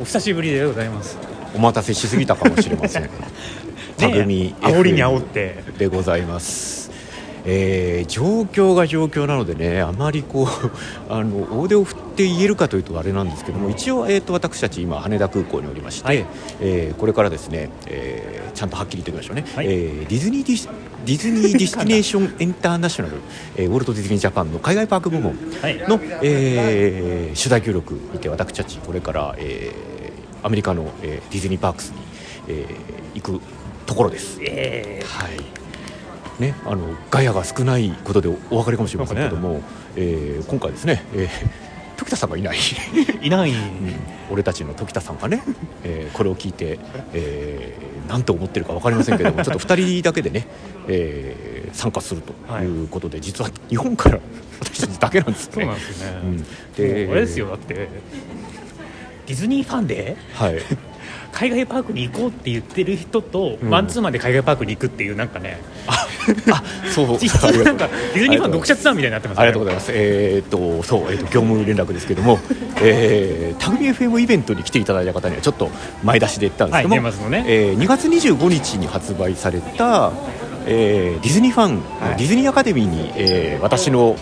お久しぶりでございますお待たせしすぎたかもし れませんたぐみねえ煽りに煽ってでございますえー状況が状況なのでねあまりこう あの大手を振って言えるかというとあれなんですけども一応、えー、と私たち今羽田空港におりまして、はいえーこれからですね、えーちゃんとはっきり言っておきましょうね、はいえーディズニーディスディズニーディスティネーションエンターナショナル、えーウォルト・ディズニー・ジャパンの海外パーク部門はいの、えー取材協力にて私たちこれから、えーアメリカの、えーディズニーパークスに、えー行くところです。えはいね、あのガヤが少ないことでおお分かりかもしれませんけども、えー今回ですね、えー、時田さんがいない ーいない、俺たちの時田さんがね、えーこれを聞いて、えー、なんて思ってるか分かりませんけ どもちょっと2人だけでね、えー参加するということで、実は日本から私たちだけなんですよそね。うなんですよね、うんもうあれですよだってディズニーファンではい、海外パークに行こうって言ってる人と、うんマンツーマンで海外パークに行くっていうなんかねあ そう実質なんかディズニーファン読者ツアーみたいになってますねありがとうございます。えーっとそうえーっと業務連絡ですけども、 えー、タグミ FM イベントに来ていただいた方にはちょっと前出しで言ったんですけども、はい年末のねえー2月25日に発売された、えーディズニーファン、はいディズニーアカデミーに、えー私の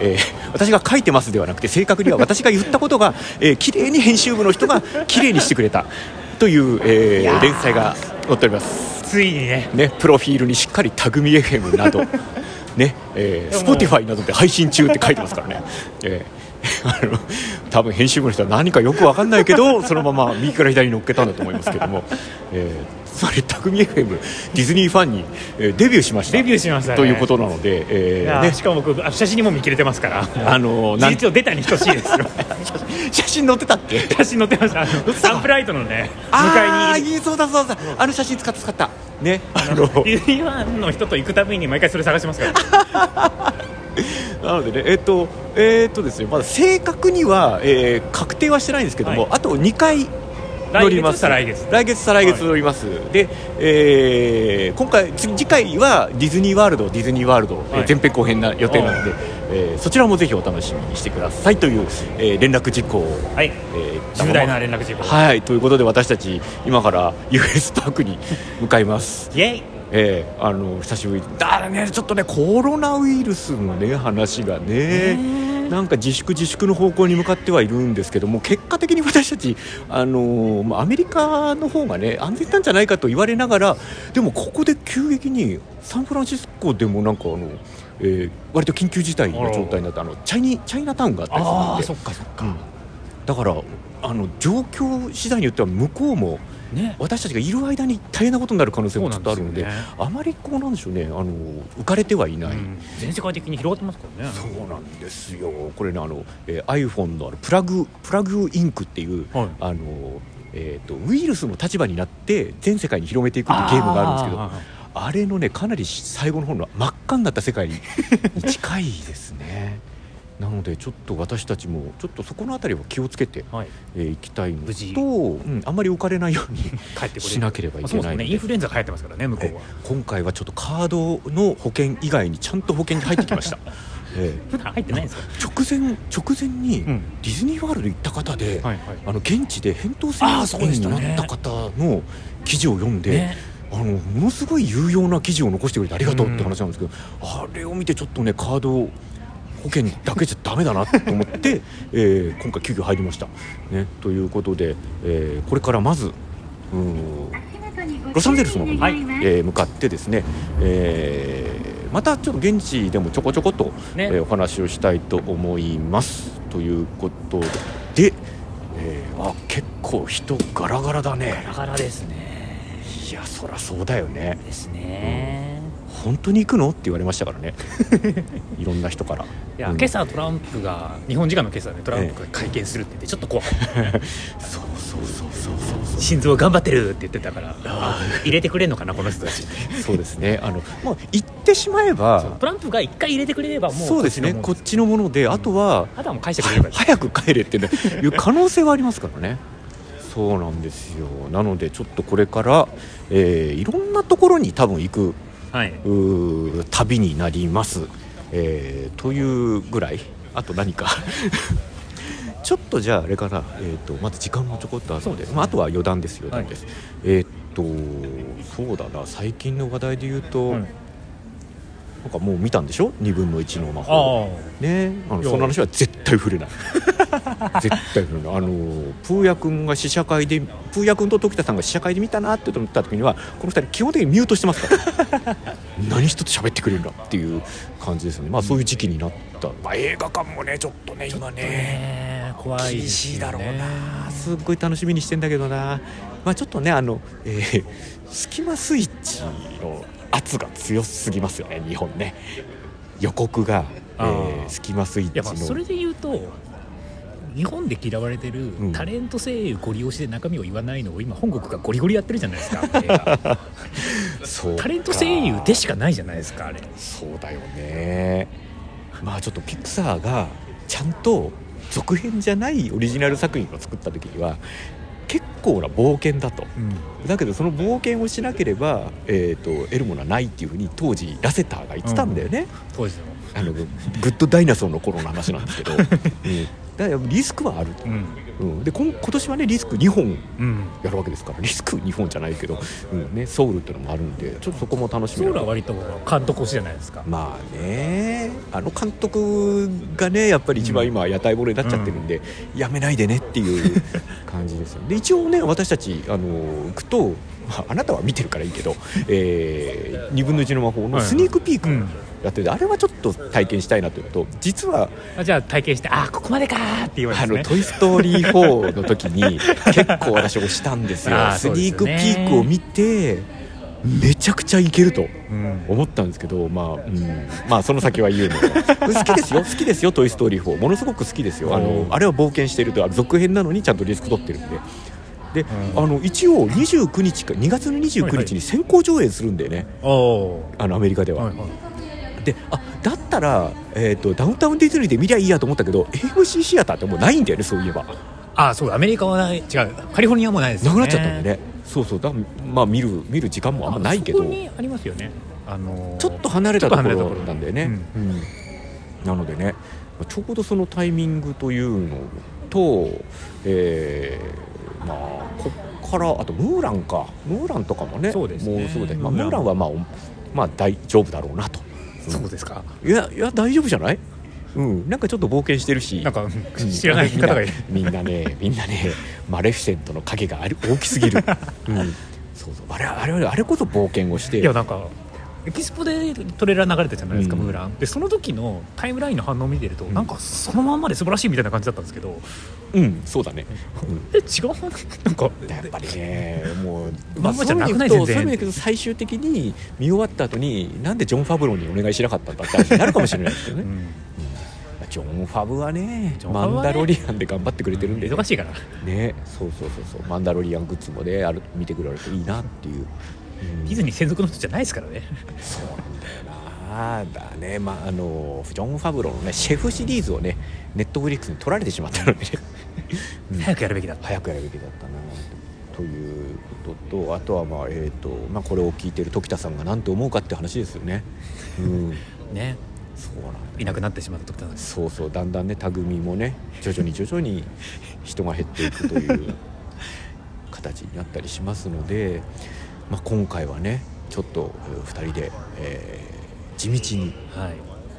えー 私が書いてますではなくて正確には私が言ったことが、えー、綺麗に編集部の人が綺麗にしてくれたという、えーいやー連載が載っております。ついにねね、プロフィールにしっかり「タグミ FM」など、ねえー、でも Spotify などで配信中って書いてますからね、えーあの多分編集部の人は何かよくわかんないけ どそのまま右から左に乗っけたんだと思いますけども、えーつまり「タグミ FM」ディズニーファンに、えーデビューしましたデビューしましたねということなので、えいーやーねしかも僕あ写真にも見切れてますからあ事のーなん実を出たに等しいですよ写真載ってたって写真載ってましたあのサンプライトのね向あかあいにーそうだそうだあの写真使った使ったねあのディズニーファンの人と行くたびに毎回それ探してますからなのでね、えっ、と、えっ、とですね、まだ正確には、えー確定はしてないんですけども、はいあと2回。乗ります来月再来月来月再来月乗ります、で、えー今回次次回はディズニーワールドディズニーワールド、えーはい前編後編な予定なので、えーそちらもぜひお楽しみにしてくださいという、えー連絡事項を、はいえー重大な連絡事項はいということで私たち今から US パークに向かいますイエイええあの久しぶりだからねちょっとねコロナウイルスのね話がねなんか自粛自粛の方向に向かってはいるんですけども結果的に私たちあのまあアメリカの方がね安全なんじゃないかと言われながらでもここで急激にサンフランシスコでもなんかあの、えー割と緊急事態の状態になってあのチャイニチャイナタウンがあったりするんでっかそっうんだからあの状況次第によっては向こうもね私たちがいる間に大変なことになる可能性もちょっとあるのでそうなんですよあまりこうなんでしょうねあの浮かれてはいない、うん全世界的に広がってますからねそうなんですよこれねあの、えー iPhone のあのプラグプラグインクっていう、はいあのえー、とウイルスの立場になって全世界に広めていくっていうゲームがあるんですけどああれのねかなり最後の方の真っ赤になった世界に 近いですねなのでちょっと私たちもちょっとそこのあたりは気をつけて、はいえー行きたいの無事と、うん、あんまり浮かれないように帰 ってこれしなければいけまあそうなですいのねでインフルエンザが流行ってますからね向こうはえ今回はちょっとカードの保険以外にちゃんと保険に入ってき ました、ええ普段入ってないんですよ直前直前にデんィズニーワールド行った方で、はいはいあの現地で扁桃あー腺そうでし炎たねになった方の記事を読んで、ねあのものすごい有用な記事を残してくれてありがとうって話なんですけど、あれを見てちょっとねカード保険だけじゃダメだなと 思って、えー今回急遽入りました。ね、ということで、えーこれからまずうーんロロササンンゼルゼルススのの方方に、に、ええー向かってですね、えーまたちょっと現地でもちょこちょこと、ねえーお話をしたいと思います。ということで、えーあ結構人ガラガラだねだからですねいやそりゃそうだよねですね本当に行くのって言われましたから ねいろんな人からいや、うん今朝トランプが日本時間の今朝ねトランプが会見するって言ってちょっと怖いそうそうそうそうそうそ う心臓頑張ってるって言ってたからあ入れてくれんのかなこの人たちってそうですねあのもう行ってしまえばトランプが一回入れてくれればもうそうですねここっちのものであとは、あとはもう返してくれればいい早く帰れってね いう可能性はありますからね。そうなんですよなのでちょっとこれから、えーいろんなところに多分行くはい、うー旅になります、えーというぐらいあと何か ちょっとじゃああれかな、えー、とまず時間もちょこっとあるそのうでですねまあ、あとは余談です余談です、はえっ、とそうだな最近の話題で言うと、うんなんかもう見たんでしょ2分の1の魔法あねあのいやその話は絶対触れ ない絶対触れないあのプーヤ君が試写会でプーヤ君と時田さんが試写会で見たなって思った時にはこの2人基本的にミュートしてますから 何一つ喋ってくれるんだっていう感じですよねまあそういう時期になった、まあ、映画館もねちょっとね今あねえ怖い厳ですしいだよろうねなすっごい楽しみにしてんだけどなまあちょっとねあの、えースキマスイッチの圧が強すぎますよね日本ね予告が、えーあースキマスイッいやまあチそのれで言うと日本で嫌われてるんタレント声優ゴリ押しで中身を言わないのを今本国がゴリゴリやってるじゃないですか 映画そうかタレント声優でしかないじゃないですかあれそうだよねまあちょっとピクサーがちゃんと続編じゃないオリジナル作品を作った時には結構な冒険だとうんだけどその冒険をしなければ、えー、と得るものはないっていうふうに当時ラセターが言ってたんだよね、当時のあのグッドダイナソーの頃の話なんです けど、うん、だからリスクはあると、うんうん、で今今年はねリスク2本うんやるわけですからリスク2本じゃないけど、うんね、ソウルっていうのもあるんでちょっとそこも楽しみソなウルは割と監督推しじゃないですかまあねあの監督がねやっぱり一番今屋台骨になっちゃってるんで、やめないでねっていう感じですよ で一応ね私たちあの行くと、まあ、あなたは見てるからいいけど、えー、2分の1の魔法のスニークピークうんやってて、あれはちょっと体験したいなというのと実はあじゃあ体験してあここまでかーって言われあて、の「ね、トイ・ストーリー4」の時に結構私押したんです よあースそうですニーよねクピークを見てめちゃくちゃいけると。うん思ったんですけど、まあ、うん、まあその先は言うの好きですよ好きですよ「トイ・ストーリー4」ものすごく好きですよあのうんあれは冒険してるとあ続編なのにちゃんとリスク取ってるんで。でうんあの一応29日か2月の29日に先行上映するんだよね、おあのアメリカでーは、はいはいであだったら、えー、とダウンタウンディズニーで見りゃいいやと思ったけど AMC シアターってもうないんだよねそういえばあそうアメリカはない違うカリフォルニアもないですなよくねなっちゃったんだよねそうそうだまあ見る見る時間もあんまないけどあそこにありますよねあのーちょっと離れたとこちょっと離れたとろころなんだよね、うんなのでねちょうどそのタイミングというのと、えーまあこっからあとムーランかムーランとかもねそうですねもうそうで、まあ、ムムーランーランはまあ、おまあ、大丈夫だろうなと、うんそうですかいやいや大丈夫じゃないうん、なんかちょっと冒険してるしなんかうんうん知らない方がいるみんなみんなねみんなねマレフィセントの影がある大き すぎる、うん、そうそうあれあれあれこそ冒険をしていやなんかエキスポでトレーラー流れたじゃないですか、うんムーランでその時のタイムラインの反応を見てると、なんかそのまんまで素晴らしいみたいな感じだったんですけどうんそうだね、うんえ違うなんかやっぱりね、もう、まんまじゃなくないそうう意味で言全うと然そういう意味で言うと最終的に見終わった後に、なんでジョン・ファブローにお願いしなかったんだって話になるかもしれないですけどうね、んジョン・ファブはねジョンフマァブはねンダロリアンで頑張ってくれてるんでね、忙しいからね、そうそうそうそう、マンダロリアングッズもね、ある見てくれるといいなっていう。うんディズニー専属の人じゃないですからねそうなんだよなだねまああのジョン・ファブローのねシェフシリーズをねネットフリックスに取られてしまったので、ねうん早くやるべきだった早くやるべきだったなということとあとはまあえっ、とまあこれを聞いてる時田さんが何て思うかって話ですよ ね。うん、ねそうなんだいなくなってしまった時なんですそうそうだんだんねタグミもね徐々に徐々に人が減っていくという形になったりしますので、まあ、今回はねちょっと2人で、えー地道には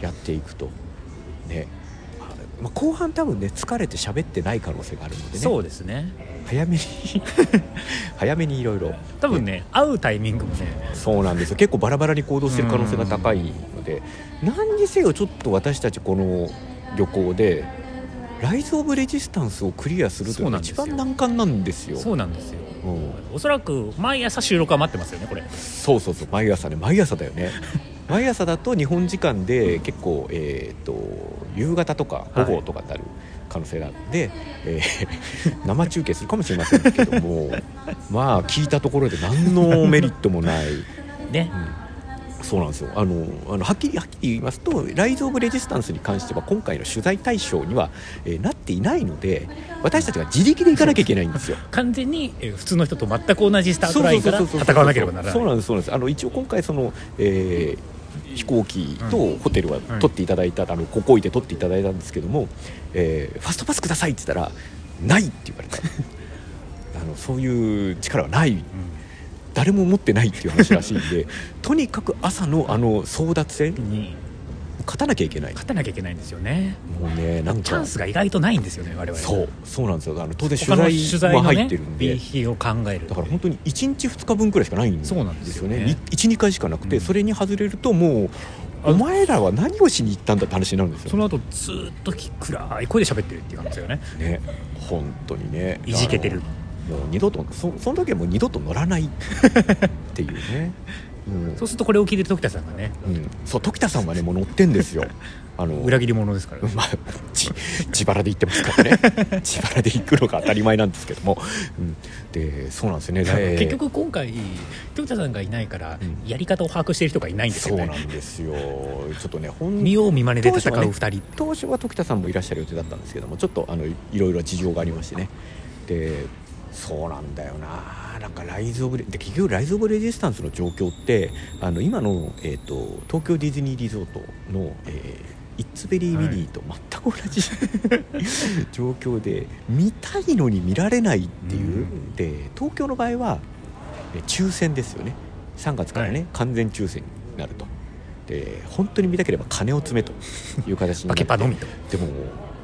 いやっていくとね、あまあ、後半多分ね疲れて喋ってない可能性があるのでねそうですね早めに 早めにいろいろ多分ね会うタイミングもねそうなんですよ結構バラバラに行動してる可能性が高いので何にせよちょっと私たちこの旅行で「ライズ・オブ・レジスタンス」をクリアするというのが一そうなんですよ番難関なんですよ。そうなんですようんおそらく毎朝収録は待ってますよねこれそうそうそう毎朝ね毎朝だ よね毎朝だと日本時間で結構、えー、と夕方とか午はい後とかになる可能性があって、えー 生中継するかもしれませんけ どもまあ聞いたところで何のメリットもない、ねうんそうなんですよあのあのはっきりはっきり言いますと「ライズ・オブ・レジスタンス」に関しては今回の取材対象には、えーなっていないので私たちが自力で行かなきゃいけないんですよ。完全にえー普通の人と全く同じスタートラインから戦わなければならないそうなんですそうなんですあの一応今回その、えー飛行機とホテルはうん取っていただいた、あのここ置いて取っていただいたんですけども、えーファストパスくださいって言ったらないって言われた あのそういう力はない誰も持ってないっていう話らしいんで とにかく朝のあの争奪戦うんに勝たなきゃいけない勝たなきゃいけないんですよねもうねなんかチャンスが意外とないんですよね我々そうそうなんですよあの当然他の取取材材もの入ねってるんで、 B 費を考えるだから本当に1日2日分くらいしかないんですよそうなんですよねね12回しかなくて、うんそれに外れるともうお前らは何をしに行ったんだって話になるんですそよ、の後ずーっとき暗い声で喋ってるっていう感じですよねね、本当にねいじけてるあのもう二度とそその時はもう二度と乗らないってい うね、うんそうするとこれを聞いてる時田さんがねうんそう時田さんはねもう乗ってんですよあの裏切り者ですからねまあ、自自腹で行ってますから ね自腹で行くのが当たり前なんですけども、うん、でそうなんですよねで結局今回時田さんがいないからうんやり方を把握している人がいないんですそようなねんですよちょっとね本見よう見まねで戦う2人当初は時田さんもいらっしゃる予定だったんですけどもちょっとあのいろいろ事情がありましてねでそうなんだよななんかライズ・オブレで結局ライズ・オブ・レジスタンスの状況ってあの今の、えー、と東京ディズニーリゾートの、えーイッツベリーミニーと全く同 じ、状況で見たいのに見られないっていう、うんで東京の場合はえ抽選ですよね3月からね、はい完全抽選になるとで本当に見たければ金を詰めという形に バなってケパのみとでも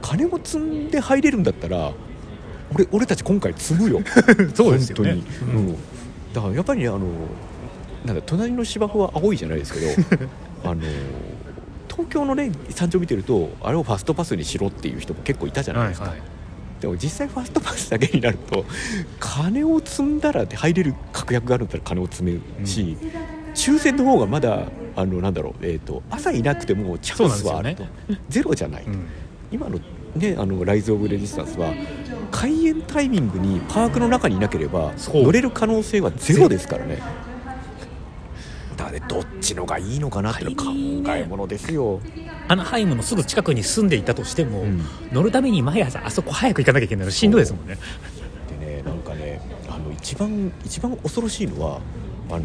金を積んで入れるんだったら俺俺たち今回積むよ そうですよね本当に、うん、だからやっぱりねあのなんだ隣の芝生は青いじゃないです けどあの東京のね山頂見てるとあれをファストパスにしろっていう人も結構いたじゃないですか、はいはいでも実際ファストパスだけになると金を積んだらで入れる確約があるんだったら金を積めるし、抽選の方がまだあのなんだろう、えー、と朝いなくてもチャンスはあると、そうゼロじゃないと、うん今の,、ね、あのライズ・オブ・レジスタンスは開園タイミングにパークの中にいなければそう乗れる可能性はゼロですからね。だからねどっちのがいいのかなっていうのは考えものですよ。アナハイムのすぐ近くに住んでいたとしても、うん乗るために毎朝あそこ早く行かなきゃいけないのしんどいですもんねでねなんかねあの一番一番恐ろしいのはあの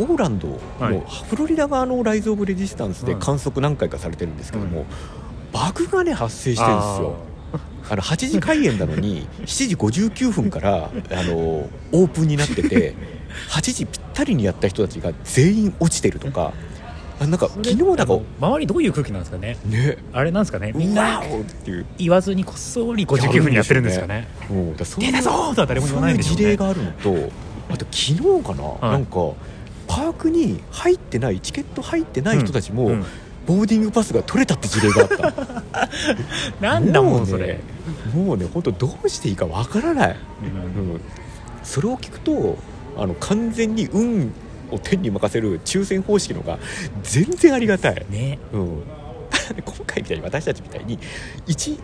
オーランドの、はいフロリダ側のライズ・オブ・レジスタンスではい観測何回かされてるんですけども、うんバグがね発生してるんですよ。あの8時開演なの に7時59分からあのオープンになってて8時ぴったりにやった人たちが全員落ちてるとかあなんか昨日なんか周りどういう空気なんですかねねあれなんですかねみんうわなおっていう言わずにこっそり59分にやってるんですかねうんだからそう出いうたぞーとは誰も言わないんでしょうそういねう事例があるのとあと昨日かな、いなんかパークに入ってないチケット入ってない人たちも、うんうんボーディングパスが取れたって事例があった なんだもんそもれうね、もうね本当どうしていいかわからない、うんうんそれを聞くとあの完全に運を天に任せる抽選方式のが全然ありがたい、ねうん、 今回みたいに私たちみたいに12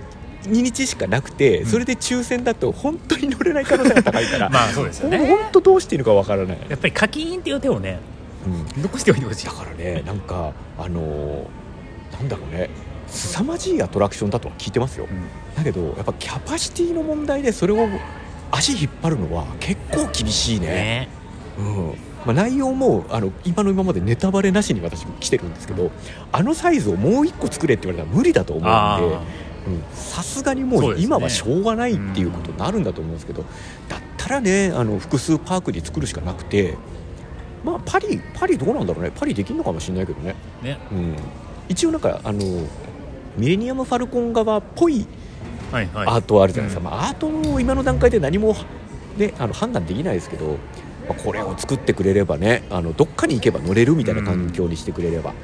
日しかなくて、んそれで抽選だと本当に乗れない可能性が高いからまあそうですよね本当どうしていいのかわからない、やっぱり課金っていう手をねうんだ残しておいてほしいからねなんかあのーなんだろうね凄まじいアトラクションだとは聞いてますよ、だけどやっぱキャパシティの問題でそれを足引っ張るのは結構厳しいねねうんまあ、内容もあの今の今までネタバレなしに私も来てるんですけどあのサイズをもう1個作れって言われたら無理だと思うんであうんさすがにそもううですね今はしょうがないっていうことになるんだと思うんですけどだったらねあの複数パークに作るしかなくてまあパリパリどうなんだろうねパリできるのかもしれないけどね、ーねうん、一応なんかあのミレニアム・ファルコン側っぽいはいはいアートはあるじゃないですか、うんまあ、アートも今の段階で何も、ね、あの判断できないですけど、まあこれを作ってくれればねあのどっかに行けば乗れるみたいな環境にしてくれれば、ね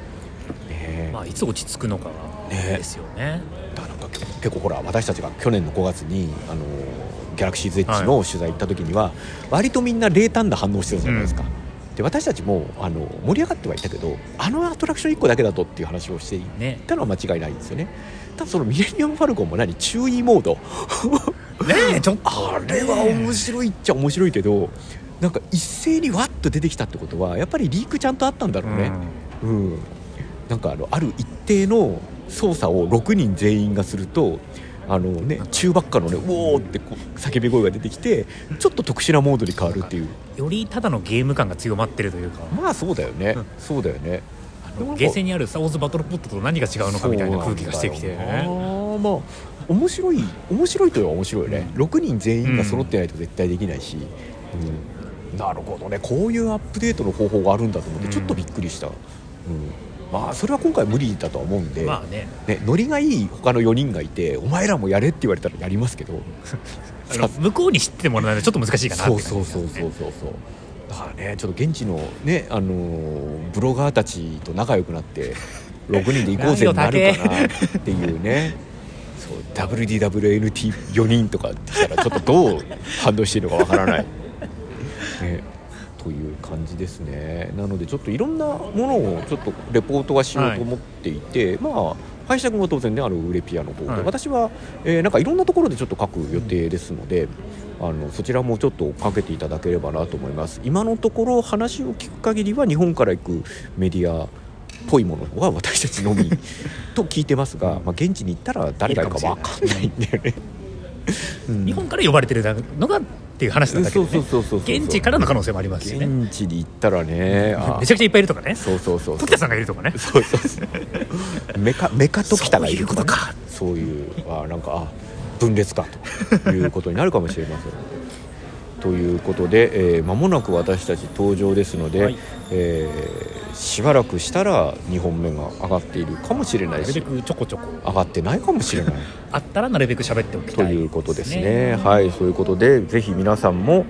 えまあいつ落ち着くのかはねですよねだからなんか結構ほら私たちが去年の5月にあのギャラクシーズエッジの取材行った時には、割とみんな冷淡な反応してたじゃないですか。で私たちもあの盛り上がってはいたけどあのアトラクション1個だけだとっていう話をしていねたのは間違いないんですよねただそのミレニアム・ファルコンも何注意モードねえちょっとあれは面白いっちゃ面白いけどなんか一斉にわっと出てきたってことはやっぱりリークちゃんとあったんだろうね、うんなんかあのある一定の操作を6人全員がするとあのね中ばっかのね「うおー!」ってこう叫び声が出てきてちょっと特殊なモードに変わるっていうよりただのゲーム感が強まってるというかまあそうだよね、うんそうだよねあなんかゲーセンにある「スター・ウォーズ・バトル・ポット」と何が違うのかみたいな空気がしてきてそうなんだねよなまあ面白い面白いといえば面白いよね、6人全員が揃ってないと絶対できないし、うんなるほどねこういうアップデートの方法があるんだと思ってうんちょっとびっくりした、うんまあそれは今回無理だとは思うんで、まあねね、ノリがいい他の4人がいてお前らもやれって言われたらやり ますけどあの向こうに知ってもらわないとちょっと難しいか なってそ感うじそうそうそうそうそうだからねちょっと現地のねあのーブロガーたちと仲良くな って6人で行こうぜになるかなっていうねそう WDWNT4 人とかって言ったらちょっとどう反応していいのかわから ない、ね、という感じですねなのでちょっといろんなものをちょっとレポートはしようと思っていて、まあ林田君は当然ねあのウレピアの方で、はい私は、えーなんかいろんなところでちょっと書く予定ですので、あのそちらもちょっとかけていただければなと思います今のところ話を聞く限りは日本から行くメディアっぽいものは私たちの みと聞いてますが、まあ、現地に行ったら誰がいるか分かんないんだよね。うん日本から呼ばれてるのがっていう話なんだけそど、ね、うそうそうそうそう現地からの可能性もありますしね現地に行ったらねあ めちゃくちゃいっぱいいるとかねそうそうそうそう時田さんがいるとかね そうそうそうメカメカときたがいるとか、そういうあなんかあ分裂かということになるかもしれ ません。ということで、えー、間もなく私たち登場ですので、はいえーしばらくしたら2本目が上がっているかもしれなないるべしくちょこちょこ上がってないかもし れないあったらなるべく喋っておきとたいいうことですね。はいそういうことでぜひ皆さんも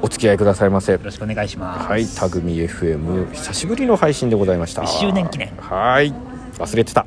お付き合いくださいませよ。ろしくお願いしますはい、タグミ FM 久しぶりの配信でございました。一周年記念はい、忘れてた。